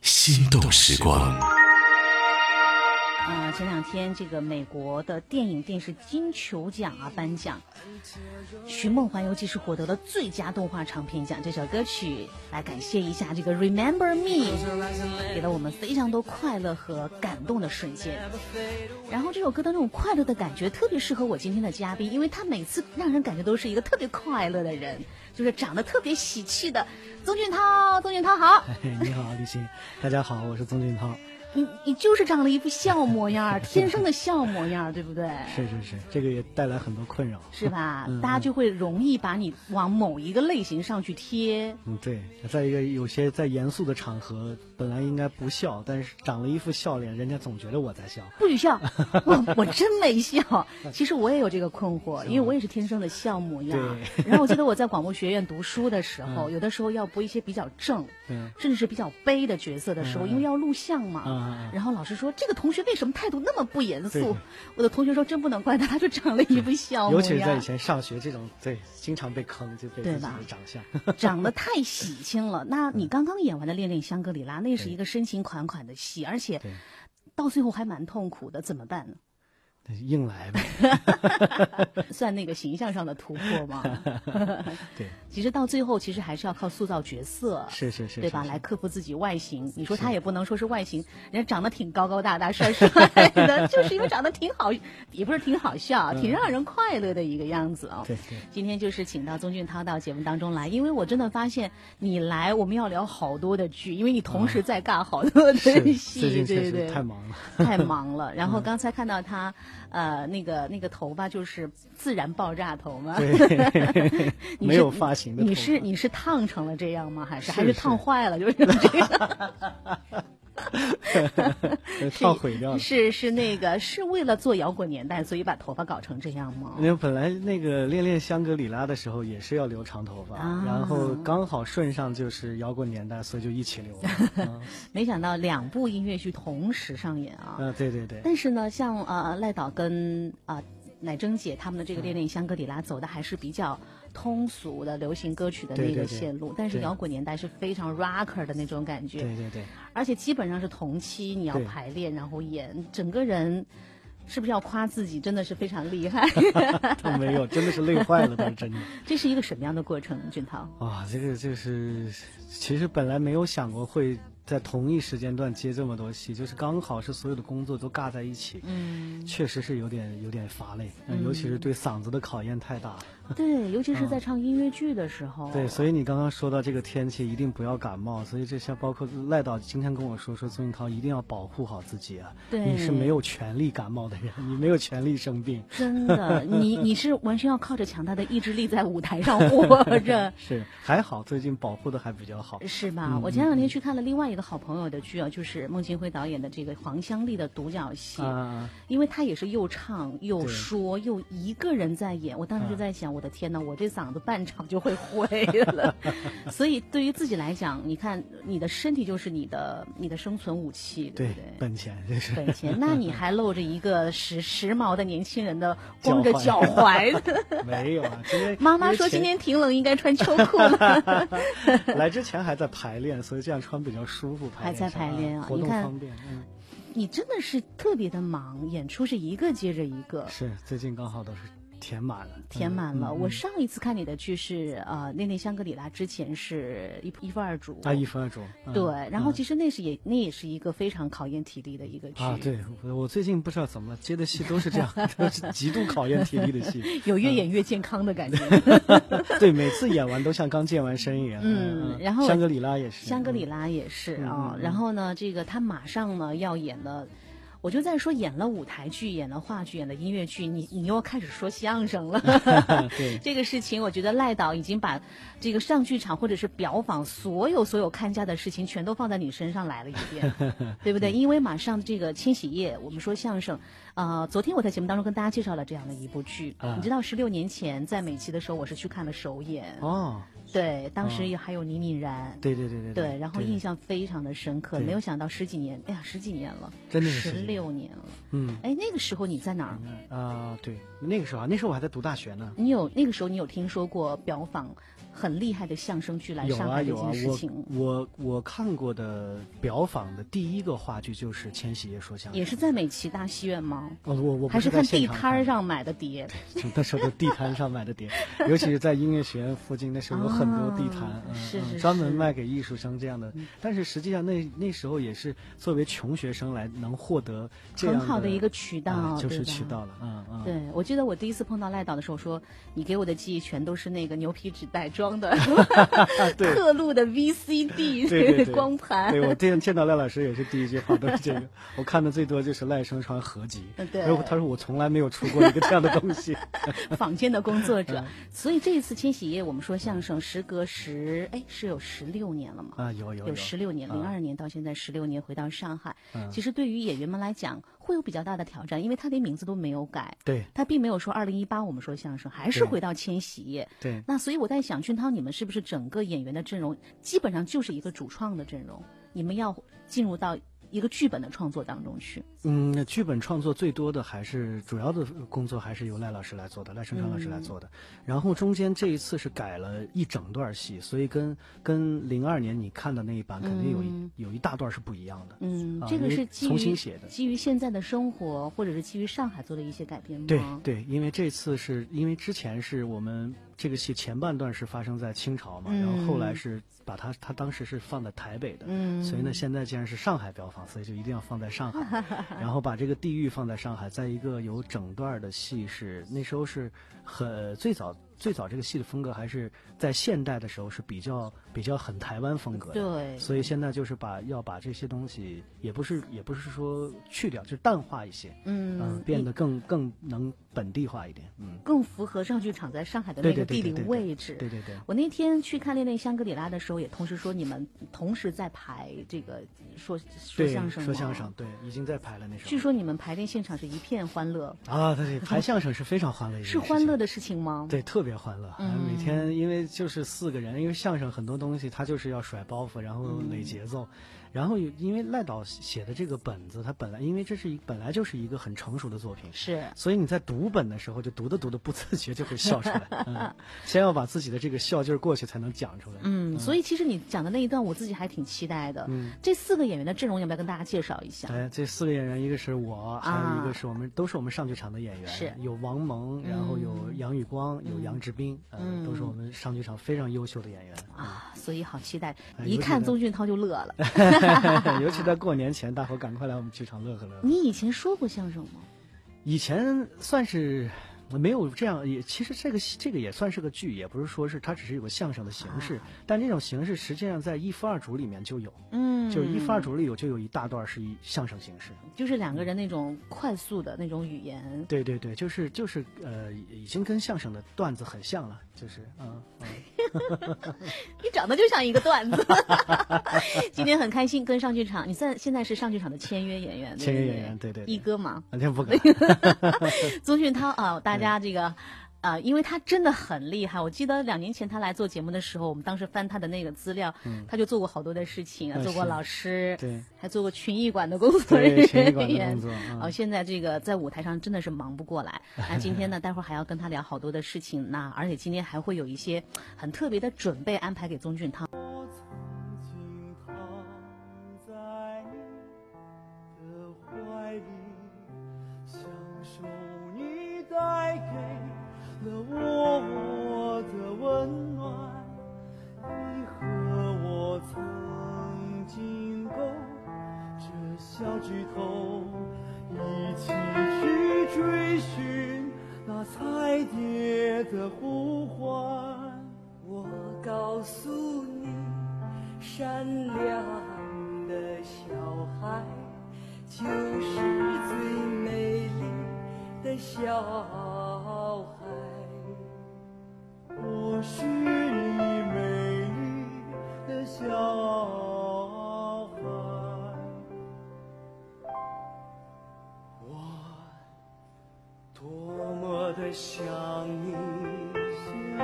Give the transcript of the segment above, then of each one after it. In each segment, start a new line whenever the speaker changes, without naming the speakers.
心动时光。
呃，前两天这个美国的电影电视金球奖啊颁奖，《寻梦环游记》是获得了最佳动画长片奖。这首歌曲来感谢一下这个《Remember Me》，给了我们非常多快乐和感动的瞬间。然后这首歌的那种快乐的感觉特别适合我今天的嘉宾，因为他每次让人感觉都是一个特别快乐的人，就是长得特别喜气的宗俊涛。宗俊涛好。
嘿 你好，李欣，大家好，我是宗俊涛。
你你就是长了一副笑模样儿，天生的笑模样儿，对不对？
是是是，这个也带来很多困扰。
是吧？
嗯
大家就会容易把你往某一个类型上去贴。
嗯，对。再一个，有些在严肃的场合，本来应该不笑，但是长了一副笑脸，人家总觉得我在笑。
不许 笑，我我真没笑。其实我也有这个困惑，因为我也是天生的笑模样儿。 然后我记得我在广播学院读书的时候，有的时候要播一些比较正，
嗯
甚至是比较悲的角色的时候，因为要录像嘛。
啊，
然后老师说：“这个同学为什么态度那么不严
对
肃？”我的同学说：“真不能怪他，他就长了一副笑模样儿。”
尤其是在以前上学这种，对，经常被坑，就被
对
自己
吧
的长相。
长得太喜庆了。那
嗯
你刚刚演完的《恋恋香格里拉》，那是一个深情款款的戏，而且
对
到最后还蛮痛苦的，怎么办呢？
硬来 呗。
算那个形象上的突破 吗？
对，
其实到最后，其实还是要靠塑造角色。
是是是，
对吧？
是
来
是
克服自己外形，你说他也不能说是外形，人家长得挺高高大大、帅帅的， 就是因为长得挺好，也不是挺好笑，
嗯
挺让人快乐的一个样子啊、
对对。
今天就是请到宗俊涛到节目当中来，因为我真的发现你来，我们要聊好多的剧，因为你同时在尬好多的
是
戏，
最近
对
确
对对，
实太忙了。
太忙 了。然后刚才看到他，呃，那个那个头发就是自然爆炸头嘛，，
对
你
没
是
有发型的头发。
你是你是烫成了这样吗？还是
是
还是
是
烫坏了？ 就是这样
烫毁掉了。
是是那个是为了做摇滚年代，所以把头发搞成这样吗？
那本来那个恋恋香格里拉的时候也是要留长头发，
啊
然后刚好顺上就是摇滚年代，所以就一起留 了。嗯、
没想到两部音乐剧同时上演啊！
啊对对对，
但是呢，像呃赖导跟啊、乃珍姐他们的这
嗯
个《恋恋香格里拉》走的还是比较通俗的流行歌曲的那
对
个
对对
线路，但是
对
摇滚年代是非常 rocker 的那种感觉，
对对对，
而且基本上是同期你要
对
排练，然后演，整个人是不是要夸自己真的是非常厉 害？
都没有，真的是累坏了，倒是真的。
这是一个什么样的过程？俊涛，
哇，这个就是，其实本来没有想过会在同一时间段接这么多戏，就是刚好是所有的工作都尬在一起，
嗯，
确实是有点有点乏累，嗯尤其是对嗓子的考验太大了。
对，尤其是在唱音乐剧的时候，
嗯对，所以你刚刚说到这个天气一定不要感冒，所以这像包括赖导今天跟我说说，宗俊涛一定要保护好自己啊，
对
你是没有权利感冒的人，你没有权利生病。
真的，你你是完全要靠着强大的意志力在舞台上活 着。
是，还好最近保护的还比较好。
是吧？
嗯
我前两天去看了另外一个好朋友的剧啊，就是孟京辉导演的这个黄香丽的独角戏，
啊，
因为他也是又唱又
对啊
说又一个人在演，我当时就在想，我的天呐，我这嗓子半场就会灰 了。所以对于自己来讲，你看你的身体就是你的你的生存武器，对
对
不对，？
本钱就是
本钱，那你还露着一个时时髦的年轻人的光着脚
脚
踝的。
没有啊。今 天
妈妈
因为
说今
前
天挺冷，应该穿秋裤了。
来之前还在排练，所以这样穿比较舒服。
还在
上
排练啊
活
你
动
看
方便。嗯，
你真的是特别的忙，演出是一个接着一个。
是最近刚好都是填满了，
呃填满了。
嗯嗯
我上一次看你的剧是呃《恋恋香格里拉》，之前是一一夫二主。
啊一分二主。嗯
对，然后其实那是也那也是一个非常考验体力的一个剧。
啊，。对我我最近不知道怎么了，接的戏都是这样，都是极度考验体力的 戏。
有越演越健康的感觉。
对，每次演完都像刚健完身一样。
嗯然后
香格里拉也是。
香格里
嗯
拉也是啊、然后呢，这个他马上呢要演了，我就在说演了舞台剧，演了话剧，演了音乐剧，你你又开始说相声了。
对
这个事情，我觉得赖导已经把这个上剧场或者是表坊所有所有看家的事情，全都放在你身上来了一 遍，对不
嗯
对？因为马上这个千禧夜，我们说相声，呃，昨天我在节目当中跟大家介绍了这样的一部剧，
啊
你知道十六年前在美琪的时候，我是去看了首演。
哦，
对，当时也还有李敏然。
对对对对
对，然后
对
印象非常的深刻，
对
没有想到十几年，哎呀，十几年了，
真的是
十
十几年
六年了。
嗯
哎，那个时候你在哪儿？
啊、对，那个时候啊，那时候我还在读大学呢。
你有那个时候你有听说过表仿很厉害的相声剧来
有
上
啊
海这
有啊
件，事
我
情，
我我看过的表坊的第一个话剧就是《千禧夜说相声
也》。是在美琪大戏院吗？
哦，我我不
还是
是
看
在现
地
场
摊
看
儿
的，
上买的碟？
就那时候的地摊上买 的碟，尤其是在音乐学院附近，那时候有很多地摊，
啊
嗯
是是
嗯，专门
是嗯
卖给艺术生这样的。但是实际上那那时候也是作为穷学生来能获得这
很
样
好的一个渠道
啊就
对
是
吧
渠道了，嗯嗯。
对，我记得我第一次碰到赖导的时候说，你给我的记忆全都是那个牛皮纸袋装的
对
刻录的 VCD
对对 对
光盘
对。我见见到赖老师也是第一句话都是这个，我看的最多就是赖声川合集
嗯，对
然后他说我从来没有出过一个这样的东 西，
坊间的工作
嗯
者，所以这一次千禧夜，我们说相声，时隔十哎是有十六年了嘛？
啊有有
有十六年，零
啊
二年到现在十六年，回到上海，
嗯
其实对于演员们来讲会有比较大的挑战，因为他连名字都没有改，
对
他并没有说二零一八我们说相声，还是
对
回到千禧夜。
对，
那所以我在想，俊涛，你们是不是整个演员的阵容基本上就是一个主创的阵容？你们要进入到一个剧本的创作当中去。
嗯，那剧本创作最多的还是主要的工作还是由赖老师来做的，赖声川老师
嗯
来做的。然后中间这一次是改了一整段戏，所以跟跟零二年你看的那一版肯定有一、
嗯
有一大段是不一样的。
嗯，
啊
这个
因为
是基
重
于
新写的
基于现在的生活，或者是基于上海做的一些改编吗？
对对，因为这次是因为之前是我们这个戏前半段是发生在清朝嘛，然后后来
嗯
是把它它当时是放在台北的，
嗯，
所以呢现在既然是上海标房，所以就一定要放在上海， 然后把这个地域放在上海，在一个有整段儿的戏是那时候是很最早最早这个戏的风格还是在现代的时候是比较比较很台湾风格的，
对，
所以现在就是把要把这些东西也不是也不是说去掉，就是淡化一些。
嗯
嗯，，变
你
得更更能本地化一点。嗯，
更符合上剧场在上海的那
对
个
对
地
对
理
对对
位置。
对对对，
我那天去看《恋恋香格里拉》的时候，也同时说你们同时在排这个说说
对
相声，
说相声，。对，已经在排了那首。
据说你们排练现场是一片欢乐，
啊，对，对排相声是非常欢乐一件
是
事情
欢乐，的事情吗？
对，特别欢乐。啊
嗯
每天因为就是四个人，因为相声很多东西它就是要甩包袱，然后
嗯
垒节奏，然后有因为赖导写的这个本子，他本来因为这是一本来就是一个很成熟的作品。
是。
所以你在读本的时候，就读着读着不自觉就会笑出来， 嗯，先要把自己的这个笑劲儿过去，才能讲出来。
嗯，所以其实你讲的那一段，我自己还挺期待的。
嗯
这四个演员的阵容，要不要跟大家介绍一下？
哎，这四个演员，一个是我，还有一个是我们，都是我们上剧场的演员，
啊是
有王蒙，然后有杨宇光，有杨志斌，
嗯
呃，都是我们上剧场非常优秀的演员。
啊，所以好期待！
哎
一
尤其
看
在
宗俊涛就乐 了。
尤其在过年前，大伙赶快来我们剧场乐呵乐呵。
你以前说过相声吗？
以前算是没有这样，也其实这个戏这个也算是个剧，也不是说是它只是有个相声的形式，
啊
但这种形式实际上在一夫二主里面就有，
嗯，
就是一夫二主里有就有一大段是以相声形式。
就是两个人那种快速的那种语言。
对对对，就是就是呃，已经跟相声的段子很像了，就是嗯嗯，
你长得就像一个段 子。今天很开心跟上剧场，你在现在是上剧场的签约演员，对不
签约演员对对对
一哥嘛，
那天不 敢
宗俊涛
嗯
啊，大家这个。啊、因为他真的很厉害。我记得两年前他来做节目的时候，我们当时翻他的那个资料，他就做过好多的事情，啊，
嗯
做过
是
老师，
对
还做过群艺馆的工作人
对
员，
群艺馆的工作嗯
哦，现在这个在舞台上真的是忙不过来。那今天呢，待会儿还要跟他聊好多的事情，那而且今天还会有一些很特别的准备安排给宗俊涛。
我曾经躺在你的怀里，享受你带给了我我的温暖。你和我曾经勾着小指头，一起去追寻那彩蝶的呼唤。
我告诉你，善良的小孩就是最美丽的小孩。
我是你美丽的小孩，我多么的想你，想你，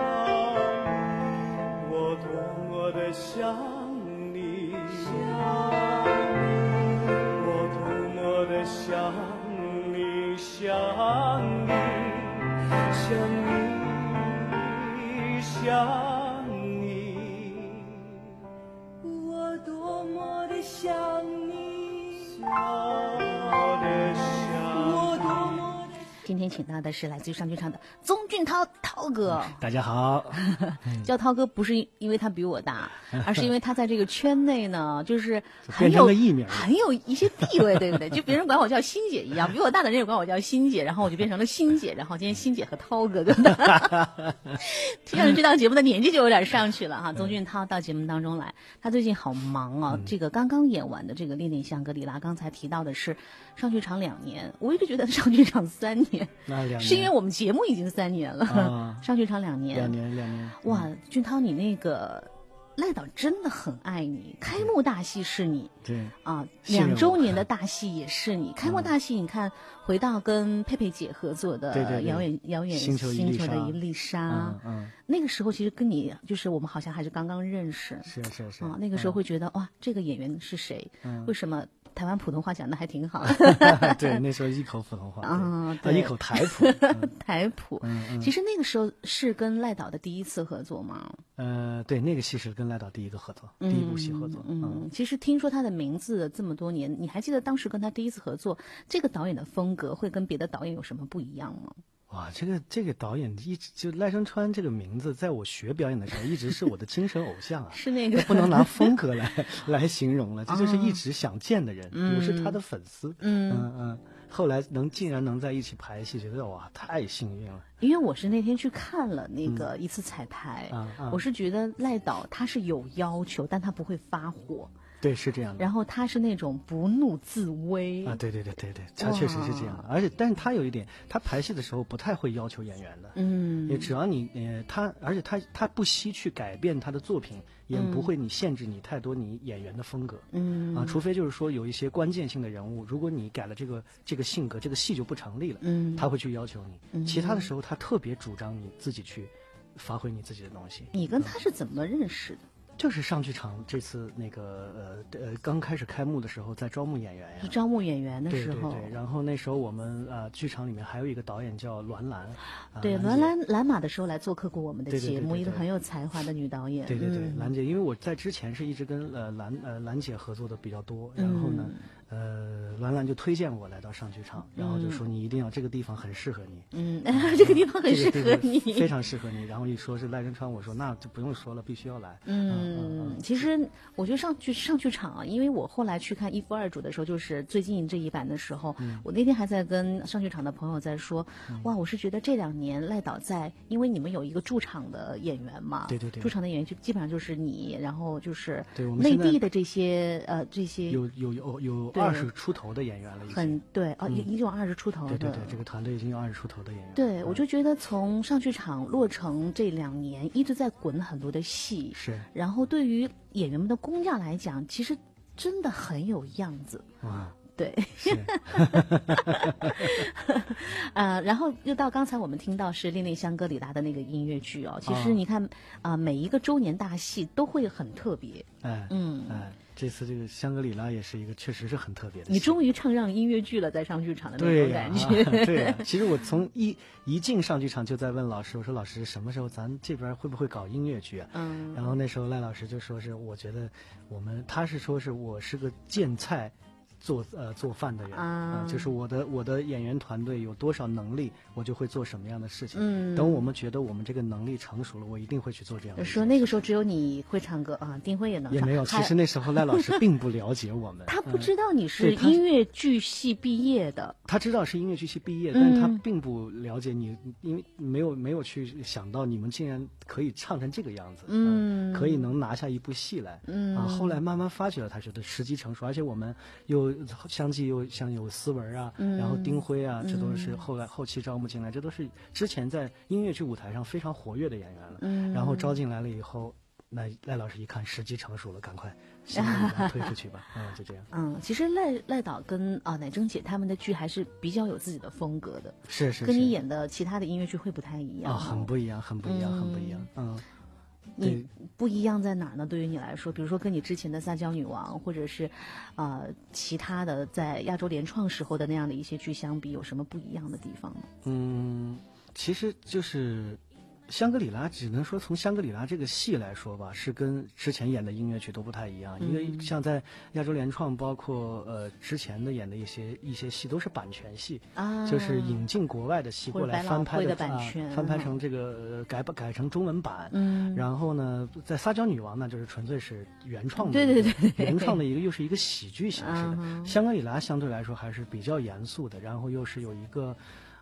我想你，我多么的想你，想你，想你，想你，
我多么的想你，
想我的想。
我多么的。
今天请到的是来自于上剧场的宗俊涛涛哥，
大家好，
叫涛哥不是因为他比我大，而是因为他在这个圈内呢，就是很
变成
有
个艺名
很有一些地位，对不对？就别人管我叫欣姐一样，比我大的人也管我叫欣姐，然后我就变成了欣姐，然后今天欣姐和涛哥跟他， 听上去这档节目的年纪就有点上去了哈。
嗯
宗俊涛到节目当中来，他最近好忙啊，这个刚刚演完的这个《恋恋香格里拉》，刚才提到的是上剧场两年，我一直觉得上剧场三年。
那两年
是因为我们节目已经三年了，
啊
上剧场两年。
两年两年，
哇，俊涛，你那个赖导真的很爱你，开幕大戏是你
嗯对，
啊，
信任我嗯
两周年的大戏也是你，开幕大戏你看回到跟佩佩姐合作的
对对对
遥远遥远
星球一粒
的
沙
一粒沙
嗯，嗯，
那个时候其实跟你就是我们好像还是刚刚认识。
是是是
啊，那个时候会觉得、哇，这个演员是谁？
嗯
为什么台湾普通话讲的还挺好？
嗯对，那时候一口普通话
啊
对
对
一口台普， 嗯
台普，
嗯嗯
其实那个时候是跟赖导的第一次合作嘛，
呃，对，那个戏是跟赖导第一个合作，第一部戏合作，
嗯，嗯其实听说他的名字这么多年，你还记得当时跟他第一次合作，这个导演的风格会跟别的导演有什么不一样吗？。
哇，这个这个导演一直就赖声川这个名字，在我学表演的时候，一直是我的精神偶像啊
是那个哦
不能拿风格来来形容了，这就是一直想见的人。
嗯
我是他的粉丝，嗯嗯后来能竟然能在一起排戏，觉得哇，太幸运了。
因为我是那天去看了那个一次彩排，
嗯啊啊
哎我是觉得赖导他是有要求，但他不会发火，
对，是这样的。
然后他是那种不怒自威。
啊，对对对对对，他确实是这样
哇。
而且，但是他有一点，他排戏的时候不太会要求演员的。
嗯
也只要你呃，他而且他他不惜去改变他的作品，也不会你限制你太多你演员的风格。
嗯
啊，除非就是说有一些关键性的人物，如果你改了这个这个性格，这个戏就不成立了，
嗯
他会去要求你。其他的时候，他特别主张你自己去发挥你自己的东西。
你跟他是怎么认识的？
就是上剧场这次那个呃呃刚开始开幕的时候，在招募演员呀
你，招募演员的
对
时
对
候，
对，然后那时候我们啊、呃剧场里面还有一个导演叫栾兰，啊
对，
兰
栾兰
姐
蓝马的时候来做客过我们的
对对
节
对
目，
对
一个
对
很有才华的女导演。
对对对，
嗯
兰姐，因为我在之前是一直跟呃兰呃兰姐合作的比较多，然后呢，
嗯
呃兰兰就推荐我来到上剧场，然后就说你一定要这个地方很适合你，
嗯， 这个地方很适
这
合
个地
你。
方 非常适合你。然后一说是赖声川，我说那就不用说了，必须要来。
嗯，其实我觉得上剧上剧场啊，因为我后来去看《一夫二主》的时候，就是最近这一版的时候，
嗯
我那天还在跟上剧场的朋友在说，哇，我是觉得这两年赖导在，因为你们有一个驻场的演员嘛，
对对对
驻场的演员就基本上就是你，然后就是
对我们
内
现在
地的这些呃这些
嗯有有有有
对
二十出头的演员了，已
很
经。
对哦，已经有二十出头
对
的，
嗯对对，这个团队已经有二十出头的演员了。
对，我
嗯
就觉得从上剧场落成这两年，一直在滚很多的戏，
是
然后对于演员们的工价来讲，其实真的很有样子。
哇，
对，
是
呃，然后又到刚才我们听到是《恋恋香格里拉》的那个音乐剧哦，其实
啊
你看啊、每一个周年大戏都会很特别。
哎
嗯
哎，这次这个香格里拉也是一个确实是很特别的戏。
你终于唱上音乐剧了，在上剧场的那
对
种
呀、
感觉。
对呀、其实我从一一进上剧场就在问老师，我说老师什么时候咱这边会不会搞音乐剧啊？
嗯
然后那时候赖老师就说是，我觉得我们他是说是我是个见菜做呃做饭的人
啊
呃就是我的我的演员团队有多少能力，我就会做什么样的事情。嗯，等我们觉得我们这个能力成熟了，我一定会去做这样的事情。
说那个时候只有你会唱歌啊，丁辉也能唱，
也没有，其
还
实那时候赖老师并不了解我 们，
他不
嗯
知道你是
对他
音乐剧系毕业的，
他知道是音乐剧系毕业，但
嗯
是他并不了解你，因为没有没有去想到你们竟然可以唱成这个样子，呃
嗯
可以能拿下一部戏来，
嗯
啊，后来慢慢发觉了，他觉得时机成熟，而且我们又相继又像有思文啊，
嗯
然后丁辉啊，这都是后来后期招募进来，这都是之前在音乐剧舞台上非常活跃的演员了，
嗯
然后招进来了以后，那赖老师一看时机成熟了，赶快先把他推出去 吧，嗯，就这样，
嗯，其实赖赖导跟啊乃珍姐他们的剧还是比较有自己的风格的，
是是是，哦
跟你演的其他的音乐剧会不太一样。
啊，很不一样，很不一样，很不一样，嗯。
你不一样在哪儿呢？对于你来说，比如说跟你之前的《撒娇女王》，或者是，呃，其他的在亚洲联创时候的那样的一些剧相比，有什么不一样的地方吗？
嗯，其实就是香格里拉，只能说从香格里拉这个戏来说吧，是跟之前演的音乐剧都不太一样。因
嗯
为像在亚洲联创，包括呃之前的演的一些一些戏都是版权戏，
啊，
就是引进国外的戏
或者
过
百
来
老
翻拍
汇的
啊
版权
翻拍成这个呃改版改成中文版。
嗯，
然后呢，在《撒娇女王》呢，就是纯粹是原创的，
对对对对
原创的一个又是一个喜剧形式的。
嗯哼
香格里拉相对来说还是比较严肃的，然后又是有一个，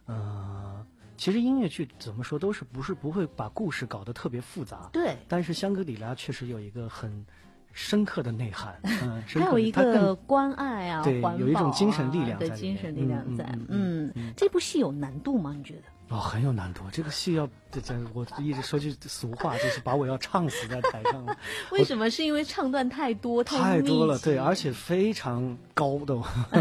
呃，其实音乐剧怎么说都是不是不会把故事搞得特别复杂，
对，
但是香格里拉确实有一个很深刻的内 涵，嗯，深
还
刻
有
的
一
它更
个关爱啊，
对
环
有一种
保
精神力
啊
量
对
在里
精
面
神力量
嗯
在
嗯。
嗯，这部戏有难度吗？你觉得？
哦，很有难度。这个戏要这这，我一直说句俗话，就是把我要唱死在台上了，
为什么？是因为唱段太多，
太多了。
密集
对，而且非常高的，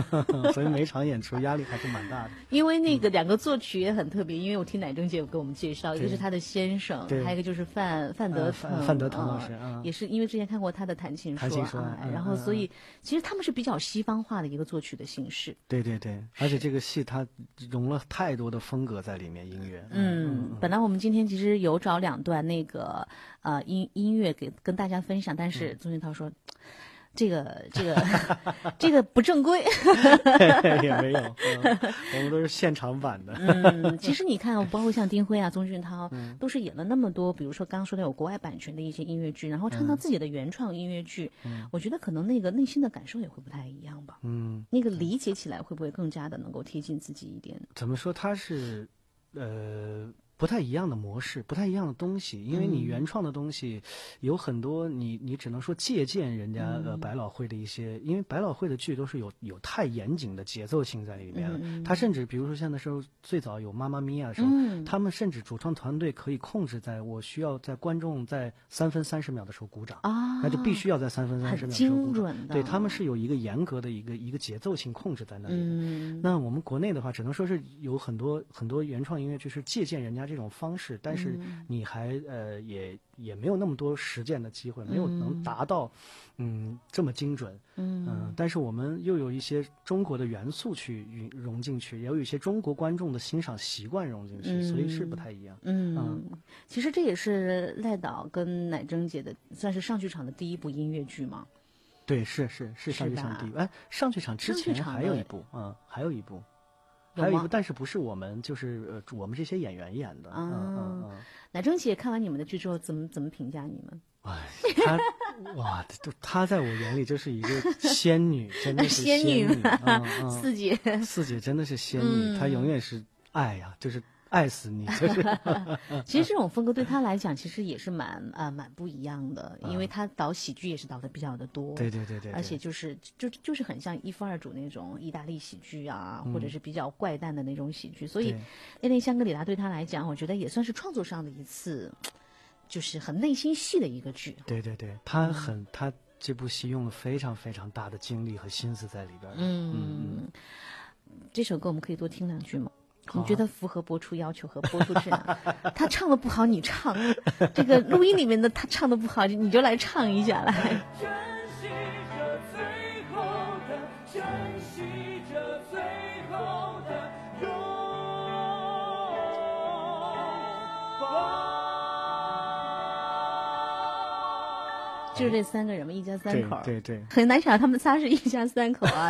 所以每场演出压力还是蛮大的。
因为那个
嗯
两个作曲也很特别，因为我听乃正姐有给我们介绍，一个是她的先生，
对
还有一个就是范范德
呃
腾、
范范德腾老师
啊
啊
也是因为之前看过他的弹琴
弹琴
说
说
啊，
嗯
然后
嗯
所以、其实他们是比较西方化的一个作曲的形式。
对对对，而且这个戏它融了太多的风格在里面，音乐。
嗯，本来我们今天其实有找两段那个呃音音乐给跟大家分享，但
嗯
是宗俊涛说。这个 这个这个不正规。
也没有，嗯我们都是现场版 的。
嗯，其实你看，包括像丁辉啊、宗俊涛，
嗯
都是演了那么多，比如说刚刚说的有国外版权的一些音乐剧，然后唱
嗯
到自己的原创音乐剧，我觉得可能那个内心的感受也会不太一样吧。
嗯，
那个理解起来会不会更加的能够贴近自己一点？
怎么说？它是，呃，不太一样的模式，不太一样的东西。因为
嗯
你原创的东西有很多你，你只能说借鉴人家、
嗯
呃百老汇的一些，因为百老汇的剧都是有有太严谨的节奏性在里面了。
嗯
它甚至比如说像那时候最早有《妈妈咪呀》的时候，
嗯
他们甚至主创团队可以控制在我需要在观众在三分三十秒的时候鼓掌。
啊，
那就必须要在三分三十
很
秒时候
精
鼓掌。
准的，
对，他们是有一个严格的一个一个节奏性控制在那里。
嗯，
那我们国内的话，只能说是有很多很多原创音乐剧是借鉴人家这种方式，但是
嗯
你还呃也也没有那么多实践的机会，没有能达到嗯这么精准。嗯、但是我们又有一些中国的元素去融融进去，也有一些中国观众的欣赏习惯融进去，所以是不太一样。
嗯，其实这也是赖导跟乃珍姐的算是上剧场的第一部音乐剧嘛。
对，是是是上
是
剧场
吧
第一，哎，上剧场之
上剧
前
场
还有
的
一部，嗯，还有一部，嗯
有
还有一
吗
部，但是不是我们，就是呃我们这些演员演的，嗯嗯嗯，
乃珍姐看完你们的剧之后，怎么怎么评价你们？
哇，哎他哇，都他在我眼里就是一个仙女，真的是
仙女
女，嗯嗯，
四姐，
四姐真的是仙女，她永远是爱呀，就是爱死你， 就是
其实
嗯
这种风格对他来讲，其实也是蛮啊、呃蛮不一样的，因为他导喜剧也是导的比较的多，
嗯对对对对对，
而且就是就就是很像一夫二主那种意大利喜剧啊，或者是比较怪诞的那种喜剧，所以
嗯对
那类香格里拉对他来讲，我觉得也算是创作上的一次，就是很内心戏的一个剧。
对对对，他
嗯
很他这部戏用了非常非常大的精力和心思在里边儿，嗯啊
嗯，这首歌我们可以多听两句吗？你觉得符合播出要求和播出质 量？他唱的不好，你唱；这个录音里面的他唱的不好，你就来唱一下来。
珍惜着最后的，珍惜着最后的拥抱。
就是这三个人嘛，一家三
对
口。
对对，
很难想到他们仨是一家三口 啊，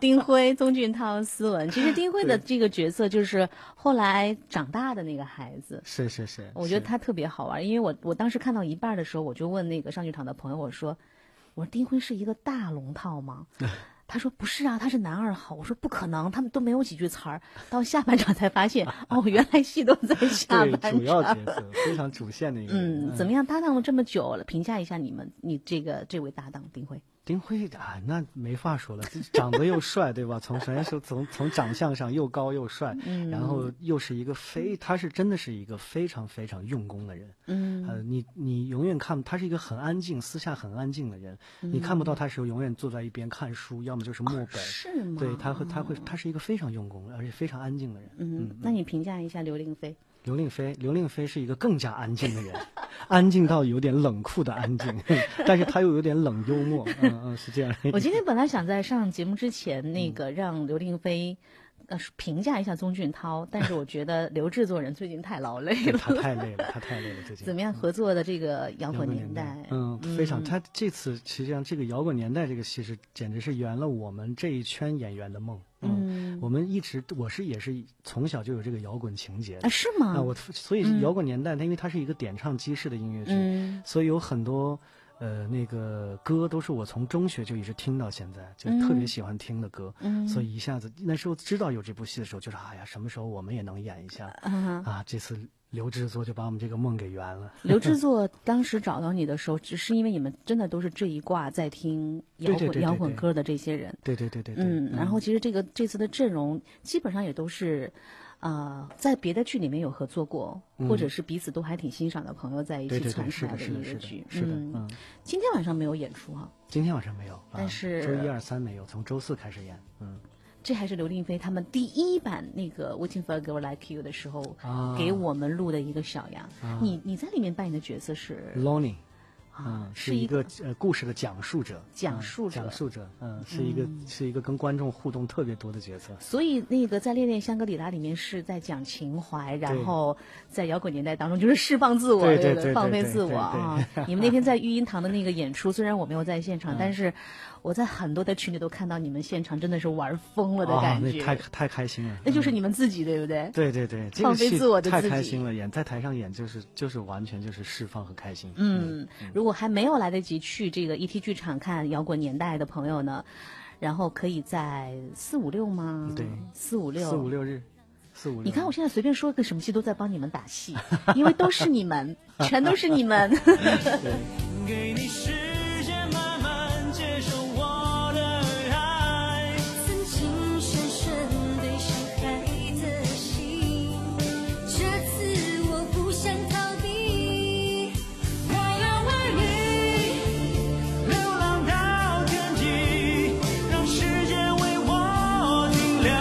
丁辉、宗俊涛、思文。其实丁辉的这个角色就是后来长大的那个孩子，
是是是，
我觉
是
得他特别好玩，因为我我当时看到一半的时候，我就问那个上剧场的朋友，我说：“我说丁辉是一个大龙套 吗？”他说：“不是啊，他是男二号。”我说：“不可能，他们都没有几句词儿。”到下半场才发 现，哦，原来戏都在下
对
半场。
主要角色，非常主线的一个人。
嗯，怎么样？搭档了这么久了，评价一下你们，你这个这位搭档丁辉，
丁辉啊，那没话说了，长得又帅， 对吧？从首先说从从长相上又高又帅，
嗯
然后又是一个非，他是真的是一个非常非常用功的人。
嗯，
呃，你你永远看他是一个很安静，私下很安静的人，
嗯
你看不到他的时候，永远坐在一边看书，要么就是默本。
是吗？
对，他会，嗯他会，他是一个非常用功，而且非常安
嗯
静的人。
嗯，那你评价一下刘令飞？
刘令飞，刘令飞是一个更加安静的人， 安静到有点冷酷的安静， 但是他又有点冷幽默，嗯嗯，是这样。
我今天本来想在上节目之前，
嗯
那个让刘令飞。呃，评价一下宗俊涛，但是我觉得刘制作人最近太劳累了。
哎他太累了，他太累了，最近嗯
怎么样合作的这个摇
摇
滚
滚
年代？
嗯，非常。他这次实际上这个摇滚年代这个戏是简直是圆了我们这一圈演员的梦。
嗯
我们一直我是也是从小就有这个摇滚情节的
啊，是吗？
啊，我所以摇滚年代它因为它是一个点唱机式的音乐剧，
嗯
所以有很多呃那个歌都是我从中学就一直听到现在，就特别喜欢听的歌。
嗯
所以一下子那时候知道有这部戏的时候，就是哎呀，什么时候我们也能演一下
啊，
啊？这次刘制作就把我们这个梦给圆了。
刘制 作当时找到你的时候，只是因为你们真的都是这一挂在听摇
对对对
滚
对
摇滚
对
歌的这些人。
对对对对对，
嗯，然后其实这个这次的阵容基本上也都是，呃，在别的剧里面有合作过，或者是彼此都还挺欣赏的朋友在一
嗯对
起
对
串
对，
起
是
来
的，是
一
的，
个
是
剧
的，。是的，
嗯，
嗯，
今天晚上没有演出哈，
今天晚上没有，
但
啊
是
周一二三没有，从周四开始演，嗯，
这还是刘令飞他们第一版那个《Waiting for a Girl Like You》的时候
啊
给我们录的一个小样。你你在里面扮演的角色是
Lonnie，
啊
嗯，
是
是
一
一
个
个呃故事的讲述者，
讲
嗯
述者
讲述者，嗯，是一个是一个跟观众互动特别多的角色，
所以那个在《恋恋香格里拉》里面是在讲情怀，然后在摇滚年代当中就是释放自我，
对
不
对对对
放飞
对
自
对嗯
我啊！ 你们那天在育婴堂的那个演出，虽然我没有在现场，但是我在很多的群里都看到你们现场真的是玩疯了的
啊，
感
那
觉，
太太开 心了，
那就是
嗯。
你们自己，对不对？
对对对，这
放
个
飞
戏
自我的
太
自
开
己
心了，演在台上演就是就是完全就是释放和开心。
嗯，如果还没有来得及去这个 ET 剧场看《摇滚年代》的朋友呢，然后可以在四五六吗？
对
四五六，
四五。六日，四五六日。
你看我现在随便说个什么戏都在帮你们打戏，因为都是你们，全都是你们。
给你时间慢慢接受我的爱，
曾经深深对伤害的心，这次我不想逃避。我要为你
流浪到天际，让时间为我停留。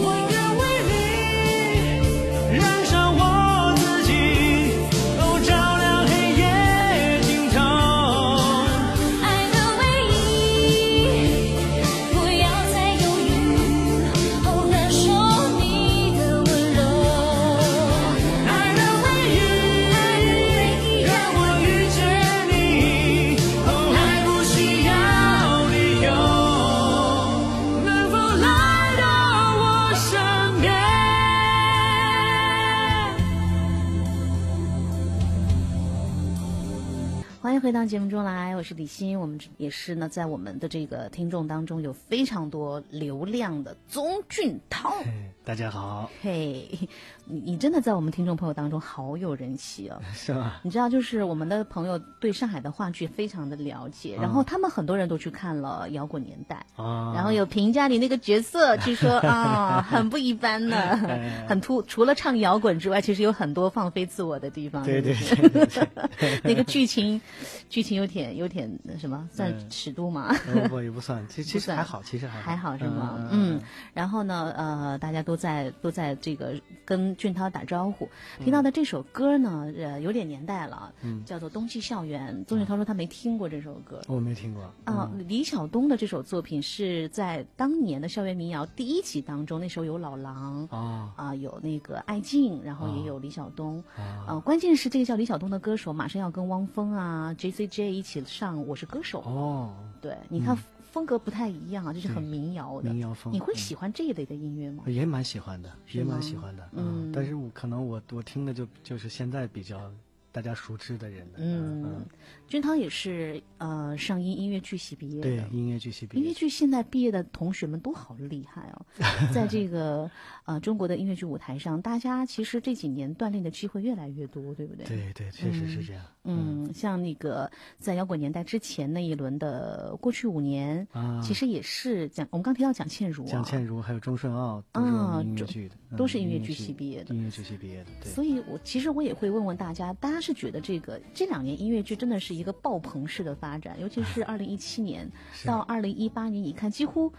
我要为你。
燃烧我自己，哦，照亮黑夜尽头。
爱的唯一，不要再犹豫，哦，感受你的温柔。爱的唯一，让我遇见你，
哦，爱不需要理由，能否来到我身边？
欢迎回到节目中来，我是李欣。我们也是呢，在我们的这个听众当中有非常多流量的宗俊涛。
哎大家好，
嘿，你你真的在我们听众朋友当中好有人气哦。
是吧？
你知道，就是我们的朋友对上海的话剧非常的了解，然后他们很多人都去看了《摇滚年代》
啊，
然后有评价你那个角 色，据说啊、很不一般
哎
呢，很突。除了唱摇滚之外，其实有很多放飞自我的地方。
对
对
对
不
对对对，
对，那个剧情，剧情有点有点什么，
嗯
算尺度嘛。
呃不也不算，其其
不
实
算
还好，其实还
还好是吗？
嗯
嗯，然后呢，呃，大家都在都在这个跟俊涛打招呼。
嗯
听到的这首歌呢，呃，有点年代了，叫做《冬季校园》。
嗯
宗俊涛说他没听过这首歌。
我没听过。嗯
啊、李晓东的这首作品是在当年的校园民谣第一集当中，那时候有老狼，
哦
啊、有那个艾敬，然后也有李晓东。
啊
呃，关键是这个叫李晓东的歌手马上要跟汪峰啊、J C J 一起上《我是歌手》
哦，
对，你看风格不太一样啊，就是很
对
民谣的
民谣风嗯
你会喜欢这一类的音乐吗？
也蛮喜欢的，也
吗
蛮喜欢的。
嗯
但是我可能我我听的就就是现在比较大家熟知的人的。
嗯，俊涛也是呃上音音乐剧系毕业的。
对，音乐剧系毕
音乐
业。
剧现在毕业的同学们都好厉害 哦，在这个呃中国的音乐剧舞台上，大家其实这几年锻炼的机会越来越多，对不对？
对对，确实是这样。
嗯，像那个在摇滚年代之前那一轮的过去五年，
啊
其实也是蒋，我们刚提到蒋倩茹、啊，
蒋倩茹还有钟顺奥都是我
啊
们音乐
这
剧的，嗯
都是音乐剧系毕业的
音乐剧系毕业的，
所
对。
以我，其实我也会问问大家，大家是觉得这个这两年音乐剧真的是一个爆棚式的发展，尤其是二零一七 年到二零一八年，你看几乎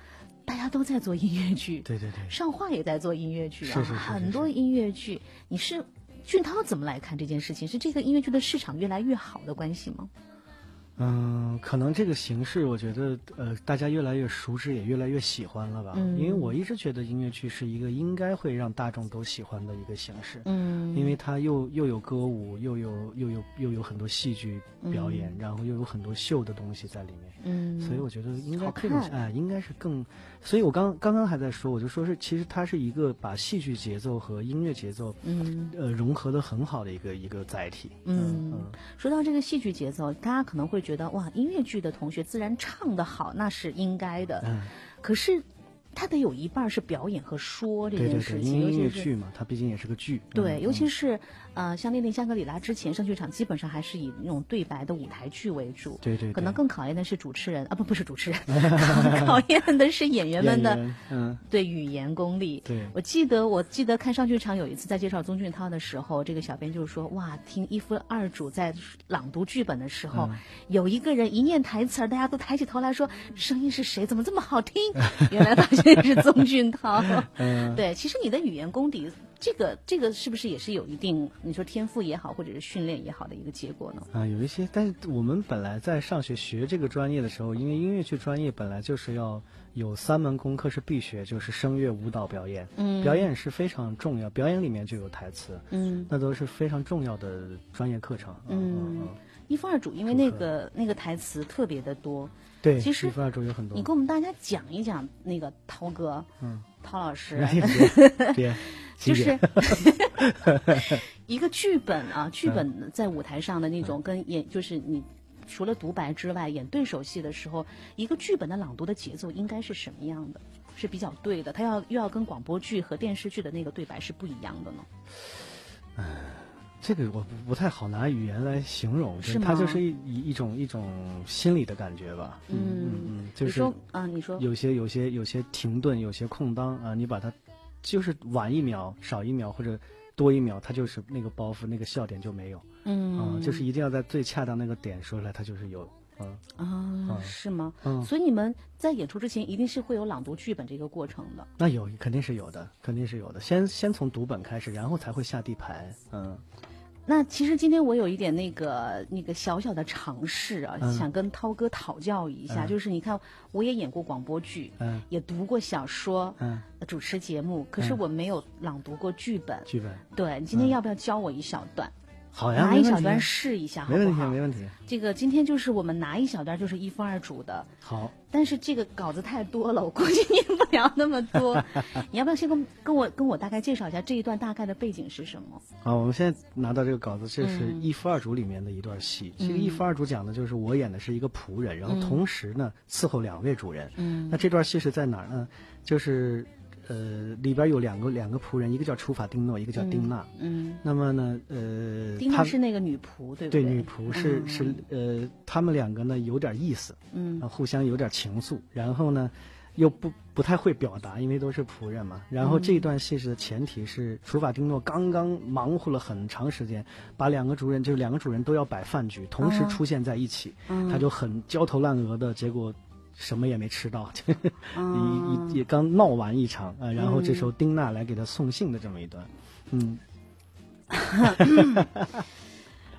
大家都在做音乐剧，
对对对
上画也在做音乐剧啊，
是是是是
很多音乐剧。你是俊涛怎么来看这件事情？是这个音乐剧的市场越来越好的关系吗？
嗯，可能这个形式，我觉得呃，大家越来越熟知，也越来越喜欢了吧。
嗯
因为我一直觉得音乐剧是一个应该会让大众都喜欢的一个形式，
嗯
因为它又又有歌舞，又有又有又有很多戏剧表演，然后又有很多秀的东西在里面。
嗯，
所以我觉得应该
好
这种
看
哎，应该是更，所以我刚刚刚还在说，我就说是其实它是一个把戏剧节奏和音乐节奏，
嗯
呃，融合的很好的一个一个载体。
嗯，说到这个戏剧节奏，大家可能会觉得哇，音乐剧的同学自然唱得好，那是应该的。
嗯
可是，他得有一半儿是表演和说这
对
件
对
事
对，
情，
因为音
尤
乐
其是。
剧嘛，它毕竟也是个剧。
对，
嗯
尤其
嗯
是呃，像《恋恋香格里拉》之前上剧场，基本上还是以那种对白的舞台剧为主。
对对对
可能更考验的是主持人啊，不不是主 持人，更考验的是演员
演
们的
员嗯，
对语言功力。
对
我记得我记得看上剧场有一次在介绍宗俊涛的时候，这个小编就说：“哇，听一夫二主在朗读剧本的时候，
嗯
有一个人一念台词儿，大家都抬起头来说，声音是谁？怎么这么好听？ 原来发现是宗俊涛。
嗯
对，其实你的语言功底，这个这个是不是也是有一定你说天赋也好，或者是训练也好的一个结果呢？
啊，有一些，但是我们本来在上学学这个专业的时候，因为音乐剧专业本来就是要有三门功课是必学，就是声乐、舞蹈、表演。嗯，表演是非常重要，表演里面就有台词，
嗯，
那都是非常重要的专业课程。嗯，嗯
一夫二主，因为那个那个台词特别的多。
对，
其实
一夫二主有很多。
你给我们大家讲一讲那个涛哥，嗯，涛老
哎
师，
别 别，
就
几
是
点
一个剧本啊，剧
嗯
本在舞台上的那种跟演，就是你除了独白之外，演对手戏的时候，一个剧本的朗读的节奏应该是什么样的？是比较对的，它要又要跟广播剧和电视剧的那个对白是不一样的呢。
这个我不不太好拿语言来形容，就是它就
吗
是一一一种一种心理的感觉吧。嗯嗯嗯，就
你
是
说啊，你说，
有些有些有些停顿，有些空档啊，你把它就是晚一秒、少一秒或者多一秒，它就是那个包袱、那个笑点就没有啊、
嗯，
就是一定要在最恰当那个点说出来，它就是有啊。
啊，是吗？
嗯
所以你们在演出之前一定是会有朗读剧本这个过程的。
那有肯定是有的，肯定是有的。先先从读本开始，然后才会下地盘。嗯，
那其实今天我有一点那个那个小小的尝试啊，
嗯
想跟涛哥讨教一下，就是你看我也演过广播剧，
嗯
也读过小说，
嗯
呃主持节目，可是我没有朗读过剧本。
剧本
对你今天要不要教我一小段？
好呀，
拿
没
一
问
小
题
段
啊
试一下，好
没
不
问题啊，
好
没？问题啊。
这个今天就是我们拿一小段，就是一分二主的，
好，
但是这个稿子太多了，我估计念不了那么多。 你要不要先跟跟我跟我大概介绍一下这一段大概的背景是什么？
啊，我们现在拿到这个稿子，这是
嗯
《一夫二主》里面的一段戏。这个《一夫二主》讲的就是我演的是一个仆人，然后同时呢伺候两位主人。
嗯
那这段戏是在哪儿呢？就是，呃，里边有两个两个仆人，一个叫楚法丁诺，一个叫丁娜。
嗯，
那么呢，呃，
丁娜
他
是那个女仆，对不对？
对女仆是、
嗯
是呃，他们两个呢有点意思，
嗯
啊，互相有点情愫，然后呢又不不太会表达，因为都是仆人嘛。然后
嗯
这段戏是的前提是楚法丁诺刚刚忙活了很长时间，把两个主人就是两个主人都要摆饭局，同
哦
时出现在一起，
嗯
他就很焦头烂额的，结果什么也没吃到， 就是
哦
一一也刚闹完一场啊、呃然后这
嗯
时候丁娜来给他送信的这么一段，嗯，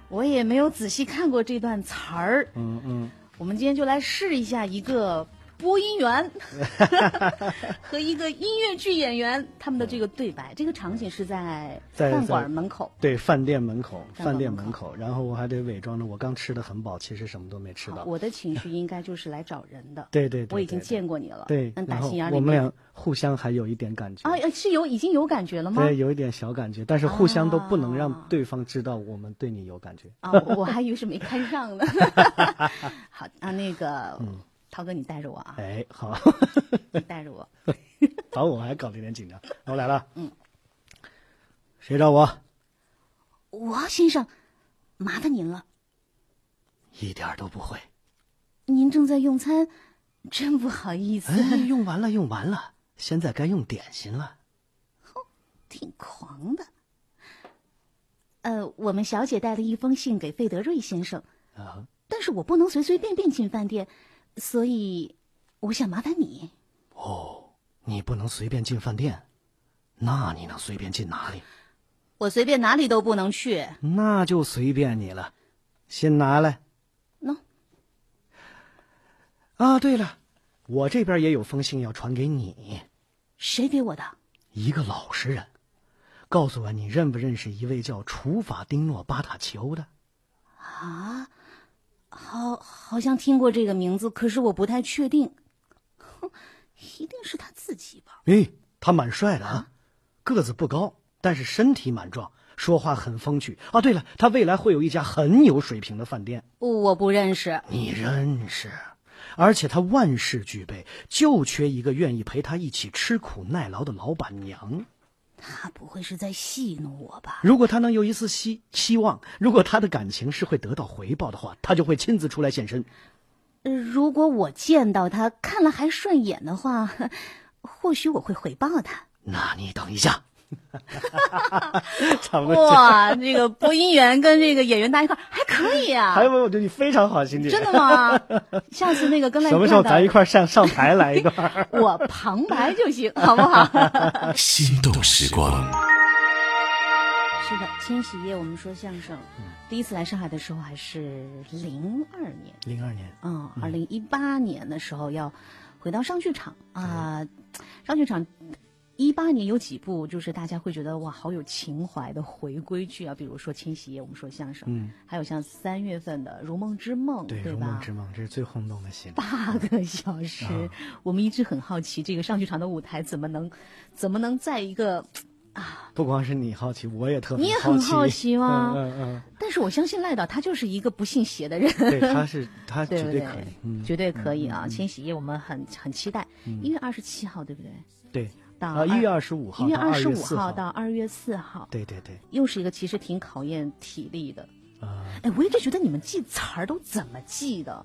我也没有仔细看过这段词儿。
嗯嗯，
我们今天就来试一下一个播音 员和一个音乐剧演员他们的这个对白。这个场景是在
在
饭馆
在
门口。
对，饭店门口，
饭
饭店
门
门口，然后我还得伪装着我刚吃的很饱，其实什么都没吃
好
到。
我的情绪应该就是来找人的。
对对对，
我已经
对
见过你了。
对，
嗯，
然
打
后
心眼里
我们
面
俩互相还有一点感觉
啊，，呃是有已经有感觉了吗？
对，有一点小感觉，但是互相都不能
啊
让对方知道我们对你有感觉。
啊，我我还以为是没看上呢。 好啊，那个、
嗯
涛哥，你带着我 啊，
哎，好，
你带着我。
把我还搞得有点紧张。我来了，嗯，谁找我？
我先生，麻烦您了，
一点儿都不会。
您正在用餐，真不好意思，
哎，用完了，用完了，现在该用点心了。
挺狂的。呃，我们小姐带了一封信给费德瑞先生，
啊，
但是我不能随随便便进饭店，所以我想麻烦你。
哦，你不能随便进饭店，那你能随便进哪里？
我随便哪里都不能去。
那就随便你了，先拿来。
喏、
啊，对了，我这边也有封信要传给你，
谁给我的？
一个老实人。告诉我，你认不认识一位叫楚法丁诺巴塔奇欧的？
啊，好，好像听过这个名字，可是我不太确定。哼，一定是他自己吧？
哎，他蛮帅的啊，个子不高，但是身体蛮壮，说话很风趣。啊，对了，他未来会有一家很有水平的饭店，
我不认识。
你认识。啊而且他万事俱备，就缺一个愿意陪他一起吃苦耐劳的老板娘。
他不会是在戏弄我吧？
如果他能有一丝希希望，如果他的感情是会得到回报的话，他就会亲自出来现身。
呃如果我见到他看了还顺眼的话，或许我会回报他。
那你等一 下，咱们
哇，这个播音员跟这个演员搭一块儿还可以啊
还，有，哎我觉得你非常好，心姐。
真的吗？下次那个跟赖
什么时候咱一块儿上上台来一段儿？
儿，我旁白就行，好不好？
心动时光。
是的，千禧夜我们说相声，
嗯
第一次来上海的时候还是零二年，
零二年，
嗯，二零一八年的时候要回到上剧场啊、上剧场。一八年有几部就是大家会觉得哇好有情怀的回归剧啊，比如说《千禧夜》，我们说相声，
嗯，
还有像三月份的《如梦之梦》，
对，《
吧？
如梦之梦》这是最轰动的戏了。
八个小时，
啊
我们一直很好奇这个上剧场的舞台怎么能，怎么能在一个，
不光是你好奇，我也特别
你也很
好
好奇吗
嗯嗯
但是我相信赖导他就是一个不信邪的人。
嗯，对，他是他
对
绝
不
对可以，嗯，
绝对可以啊！千禧夜我们很很期待，一月二十七号对不对？
对，
到
啊，一月二十五号
一月
到
二
二
十
月
五
四
号到，二月四号，
对对对，
又是一个其实挺考验体力的。
啊，
哎，我一直觉得你们记词儿都怎么记 的？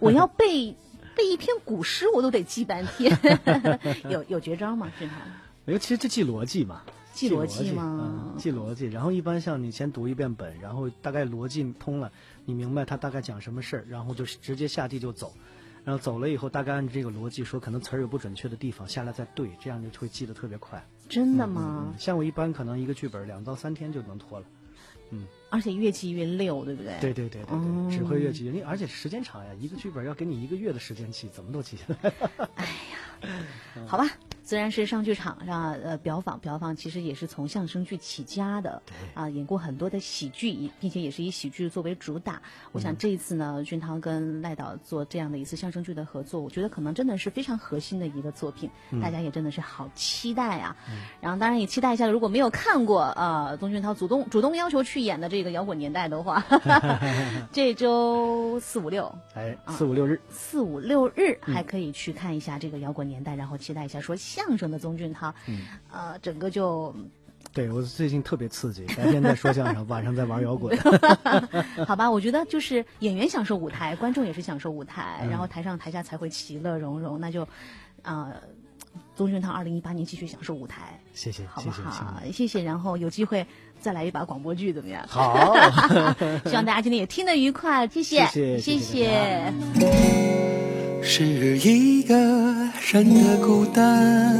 我要背背一篇古诗，我都得记半天。 有有绝招吗？正常
嗯尤其实这记逻辑嘛，
记
逻
逻辑吗
嗯记逻辑。然后一般像你先读一遍本，然后大概逻辑通了，你明白他大概讲什么事儿，然后就直接下地就走。然后走了以后，大概按这个逻辑说，可能词儿有不准确的地方，下来再对，这样就会记得特别快。嗯
真的吗？
像我一般可能一个剧本两到三天就能脱了。
而且越记越溜，对不对？
对对对对
哦
对，只会越记，你而且时间长呀，一个剧本要给你一个月的时间记，怎么都记下来。
好吧，虽然是上剧场上呃表坊，表坊其实也是从相声剧起家的，啊、演过很多的喜剧，以并且也是以喜剧作为主打。我想这一次呢，俊涛跟赖导做这样的一次相声剧的合作，我觉得可能真的是非常核心的一个作品，大家也真的是好期待啊。然后当然也期待一下，如果没有看过呃宗俊涛主动主动要求去演的这个摇滚年代的话， 这周四五六
哎，四五六日，
四五六日
嗯
还可以去看一下这个摇滚年代，然后期待一下说相声的宗俊涛，
嗯
呃，整个就
对我最近特别刺激，白天在说相声， 晚上在玩摇滚。
好吧，我觉得就是演员享受舞台，观众也是享受舞台，
嗯
然后台上台下才会其乐融融，那就，呃，宗俊涛二零一八年继续享受舞台，
谢谢，
好
谢
不
谢，谢
好
谢？。
谢谢，然后有机会再来一把广播剧怎么 样？
好，
希望大家今天也听得愉快，谢谢，
谢谢谢谢
谢谢
是一个人的孤单，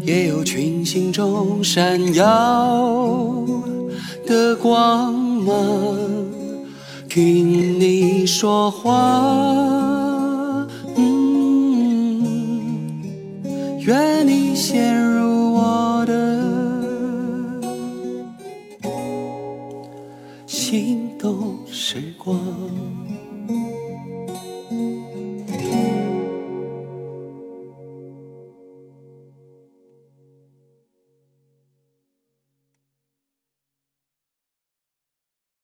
也有群星中闪耀的光芒，听你说话。嗯，愿你陷入我的心动时光。